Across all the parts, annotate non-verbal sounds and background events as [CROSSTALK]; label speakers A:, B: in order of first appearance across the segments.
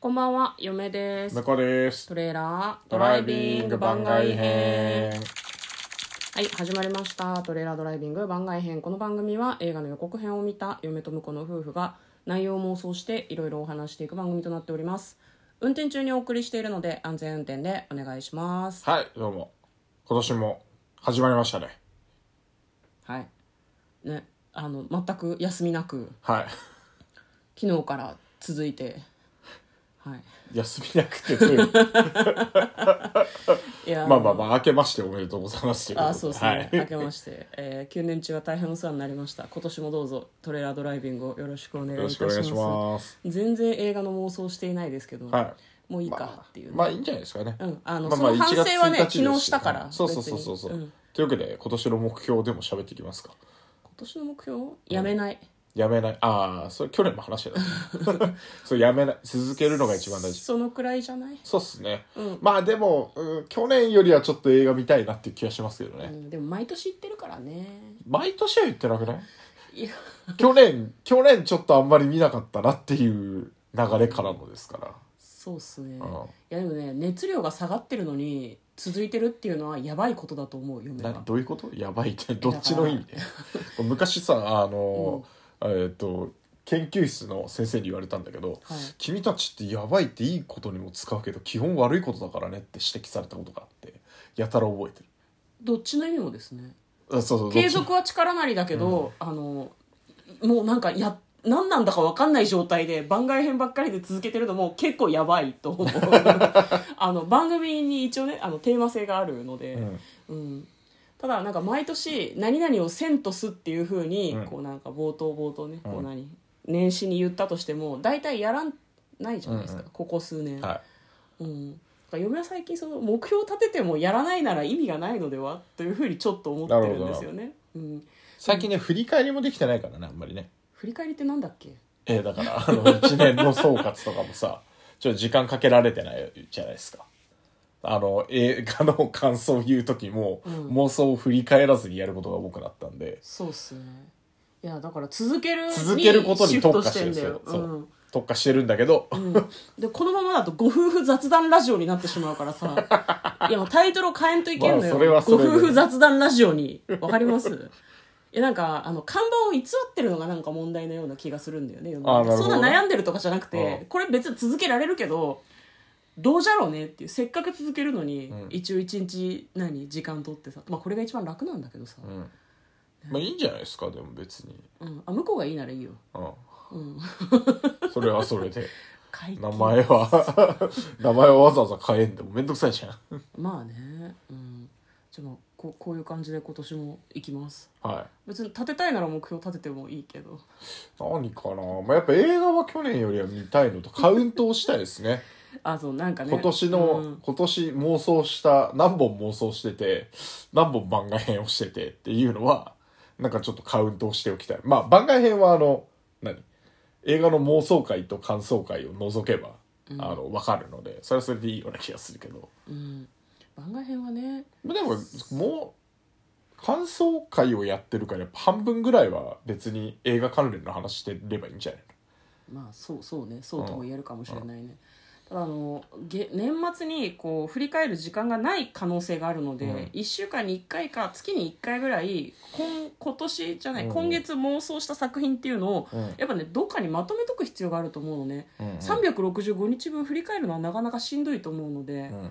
A: こんばんは、嫁です
B: 向。こうです
A: トレーラード
B: ドライビング番外編
A: はい、始まりました。トレーラードライビング番外編。この番組は映画の予告編を見た嫁と婿の夫婦が内容を妄想していろいろお話していく番組となっております。運転中にお送りしているので安全運転でお願いします。
B: はいどうも今年も始まりましたね
A: はい。ね、あの、全く休みなく、
B: はい
A: 昨日から続いて、はい。
B: [LAUGHS] 休みなくてという
A: [LAUGHS] いやー
B: まあまあまあ明けましておめでとうございますということ
A: あそうですね、
B: はい、
A: 明けまして、えー、9年中は大変お世話になりました今年もどうぞトレーラードライビングをよろしくお願いい
B: よ
A: た
B: ろ
A: し
B: しくお
A: ます
B: 願いします
A: 全然映画の妄想していないですけど、
B: はい
A: もういい
B: ま
A: か
B: あ
A: っていうね、
B: まあいいんじゃないですかね、
A: うんあの
B: まま
A: その反省はね
B: 1月1日です
A: 昨日したから
B: はいそうそうそうそうそう、
A: 別にうん
B: というわけで今年の目標でも喋っていきますか
A: 今年の目標やめない、
B: やめないああそれ去年も話して
A: [LAUGHS]
B: たそうやめない続けるのが一番大事
A: そのくらいじゃない、
B: そうっすね、
A: ん
B: まあでも、うん去年よりはちょっと映画見たいなっていう気がしますけどね、
A: うん、でも毎年行ってるからね
B: 毎年は言って
A: [LAUGHS]
B: なくない
A: いや
B: 去年去年ちょっとあんまり見なかったなっていう流れからのですから
A: そうっすね、
B: うん
A: いやでもね熱量が下がってるのに続いてるっていうのはやばいことだと思う嫁
B: な
A: は
B: どういうことやばいってどっちの意味で [LAUGHS] 昔さあの、えっ、と研究室の先生に言われたんだけど、
A: はい
B: 君たちってやばいっていいことにも使うけど基本悪いことだからねって指摘されたことがあってやたら覚えてる
A: どっちの意味もですね
B: あそうそうどっち
A: 継続は力なりだけど、あのもうなんかや何なんだか分かんない状態で番外編ばっかりで続けてるのも結構やばいと思
B: [LAUGHS]
A: うあの番組に一応ねあのテーマ性があるので、
B: う
A: う
B: ん
A: んただなんか毎年「何々をせんとす」っていうふうに、
B: うん
A: こうなんか冒頭冒頭ね、こ
B: う
A: うん何年始に言ったとしても大体やらないじゃないですか、
B: うんう
A: ここ数年。
B: はい
A: うん、だから嫁は最近その目標を立ててもやらないなら意味がないのではというふうにちょっと思ってるんですよね。うん、
B: 最近ね振り返りもできてないからねあんまりね
A: 振り返りってなんだっけ
B: えーだからあの1年の総括とかもさちょっと時間かけられてないじゃないですかあの映画の感想を言う時も、
A: うん
B: 妄想を振り返らずにやることが多くなったんで
A: そうっすねいやだから続けるに
B: 続けることに特化して
A: シ
B: る
A: フ
B: んで
A: ト
B: す
A: てん、だ
B: よそう
A: ようん
B: 特化してるんだけど、
A: うんでこのままだとご夫婦雑談ラジオになってしまうからさ
B: [LAUGHS]
A: いやもうタイトルを変えんといけんのよ、
B: まあそれはそれで
A: ご夫婦雑談ラジオにわかりますいやなんかあの看板を偽ってるのがなんか問題のような気がするんだよね世の中
B: あーなるほ
A: そ
B: ど
A: んな悩んでるとかじゃなくて、
B: うん
A: これ別に続けられるけどどうじゃろうねっていうせっかく続けるのに、
B: ん
A: 一応一日何時間取ってさ、まあ、これが一番楽なんだけどさ、
B: うんまあいいんじゃないですかでも別に、
A: うん、あ向こうがいいならいいよ
B: うん、
A: うん
B: [LAUGHS] それはそれで
A: 解禁
B: 名前は [LAUGHS] 名前はわざわざ変えんでもめんどくさいじゃん
A: まあねうんじゃあまあこうこういう感じで今年も行きます
B: はい
A: 別に立てたいなら目標立ててもいいけど
B: 何かな、まあ、やっぱ映画は去年よりは見たいのとカウントをしたいですね
A: あそうなんかね
B: 今年の、
A: うん
B: 今年妄想した何本妄想してて何本番外編をしててっていうのはなんかちょっとカウントをしておきたいまあ番外編はあの何映画の妄想会と感想会を除けば、あの分かるのでそれはそれでいいような気がするけど
A: うん番外編はね
B: まあでももう感想会をやってるからやっぱ半分ぐらいは別に映画関連の話してればいいんじゃない
A: まあそうそうねそうとも言えるかもしれないね、ただあのげ年末にこう振り返る時間がない可能性があるので、
B: うん
A: 1週間に1回か月に1回ぐらい今今年じゃない、
B: うん
A: 今月妄想した作品っていうのを、
B: うん
A: やっぱねどっかにまとめとく必要があると思うのね、
B: うんうん
A: 365日分振り返るのはなかなかしんどいと思うので、
B: の、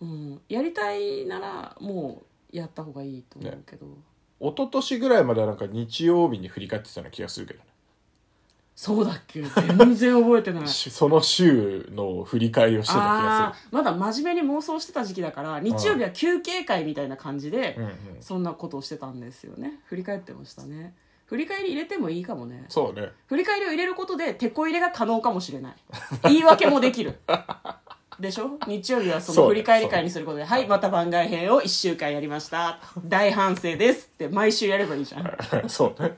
A: うん、やりたいならもうやった方がいいと思うけど、
B: うん、一昨年ぐらいまではなんか日曜日に振り返ってたような気がするけどね
A: そうだっけ全然覚えてない
B: [LAUGHS] しその週の振り返りをしてた気
A: あ
B: が
A: あまだ真面目に妄想してた時期だから日曜日は休憩会みたいな感じです
B: る、うんうん、
A: そんなことをしてたんですよね振り返ってましたね振り返り入れてもいいかもね
B: そうね [LAUGHS]
A: 振り返りを入れることでテこ入れが可能かもしれない言い訳もできるでしょ日曜日はそ
B: そう
A: の振
B: ね
A: り返り会にすることで「はいまた番外編を1週間やりました」「大反省です」って毎週やればいいじゃん
B: そうね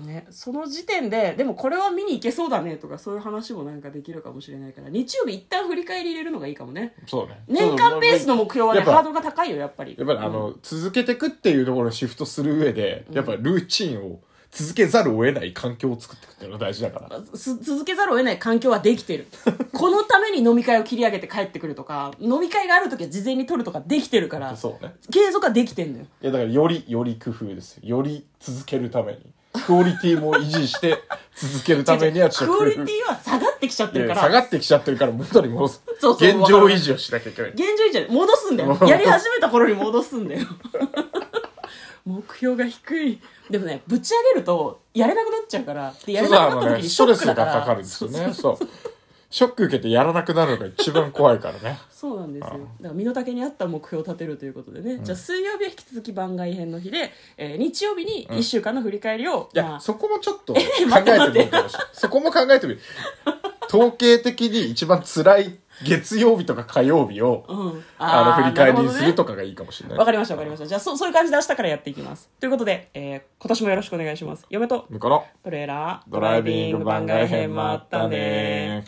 A: ね、その時点ででもこれは見に行けそうだねとかそういう話もなんかできるかもしれないから日曜日一旦振り返り入れるのがいいかもね
B: そうね
A: [LAUGHS] 年間ベースの目標はね
B: やっぱ
A: ハードルが高いよやっぱり
B: やっぱりあの、続けてくっていうところにシフトする上でやっぱルーチンを続けざるを得ない環境を作っていくっていうのが大事だから。
A: す続けざるを得ない環境はできて
B: [LAUGHS]
A: るこのために飲み会を切り上げて帰ってくるとか飲み会がある時は事前に取るとかできてるから
B: そうね。
A: 継続はできてんのよ
B: いや、だからより、より工夫ですよ。より続けるために。クオリティも維持して、続けるためにはちょっ
A: クオ
B: と工夫
A: リティは下がってきちゃってる
B: い
A: か
B: や
A: ら
B: 下がってきちゃってるから元に戻す。
A: そうそう
B: 現状維持をしなきゃいけない。
A: 現状維持じゃない戻すんだ
B: [LAUGHS]
A: よやり始めた頃に戻すんだよ [LAUGHS] 目標が低いでもねぶち上げるとやれなくなっちゃうからでやれなくなった時に
B: ス
A: ショ
B: トレ
A: ッ
B: ス
A: ク
B: が
A: だから
B: かかるんですよね。そう。ショック受けてやらなくなるのが一番怖いからね。
A: そうなんですよだから身の丈に合った目標を立てるということでね、じゃあ水曜日は引き続き番外編の日で、えー日曜日に1週間の振り返りを、
B: いや、
A: まあ、
B: そこもちょっと考え
A: [LAUGHS]
B: て
A: 待って待って
B: みるかもしれない。そこも考えてみる。統計的に一番辛い月曜日とか火曜日を、
A: うん、
B: あの、振り返りにする
A: と
B: とかがいいかもしれない。
A: わ、かりましたわかりましたじゃあそうそういう感じで明日からやっていきますということで、えー今年もよろしくお願いします嫁と
B: 向こうの
A: トレーラー
B: ドライビング番外編もあったね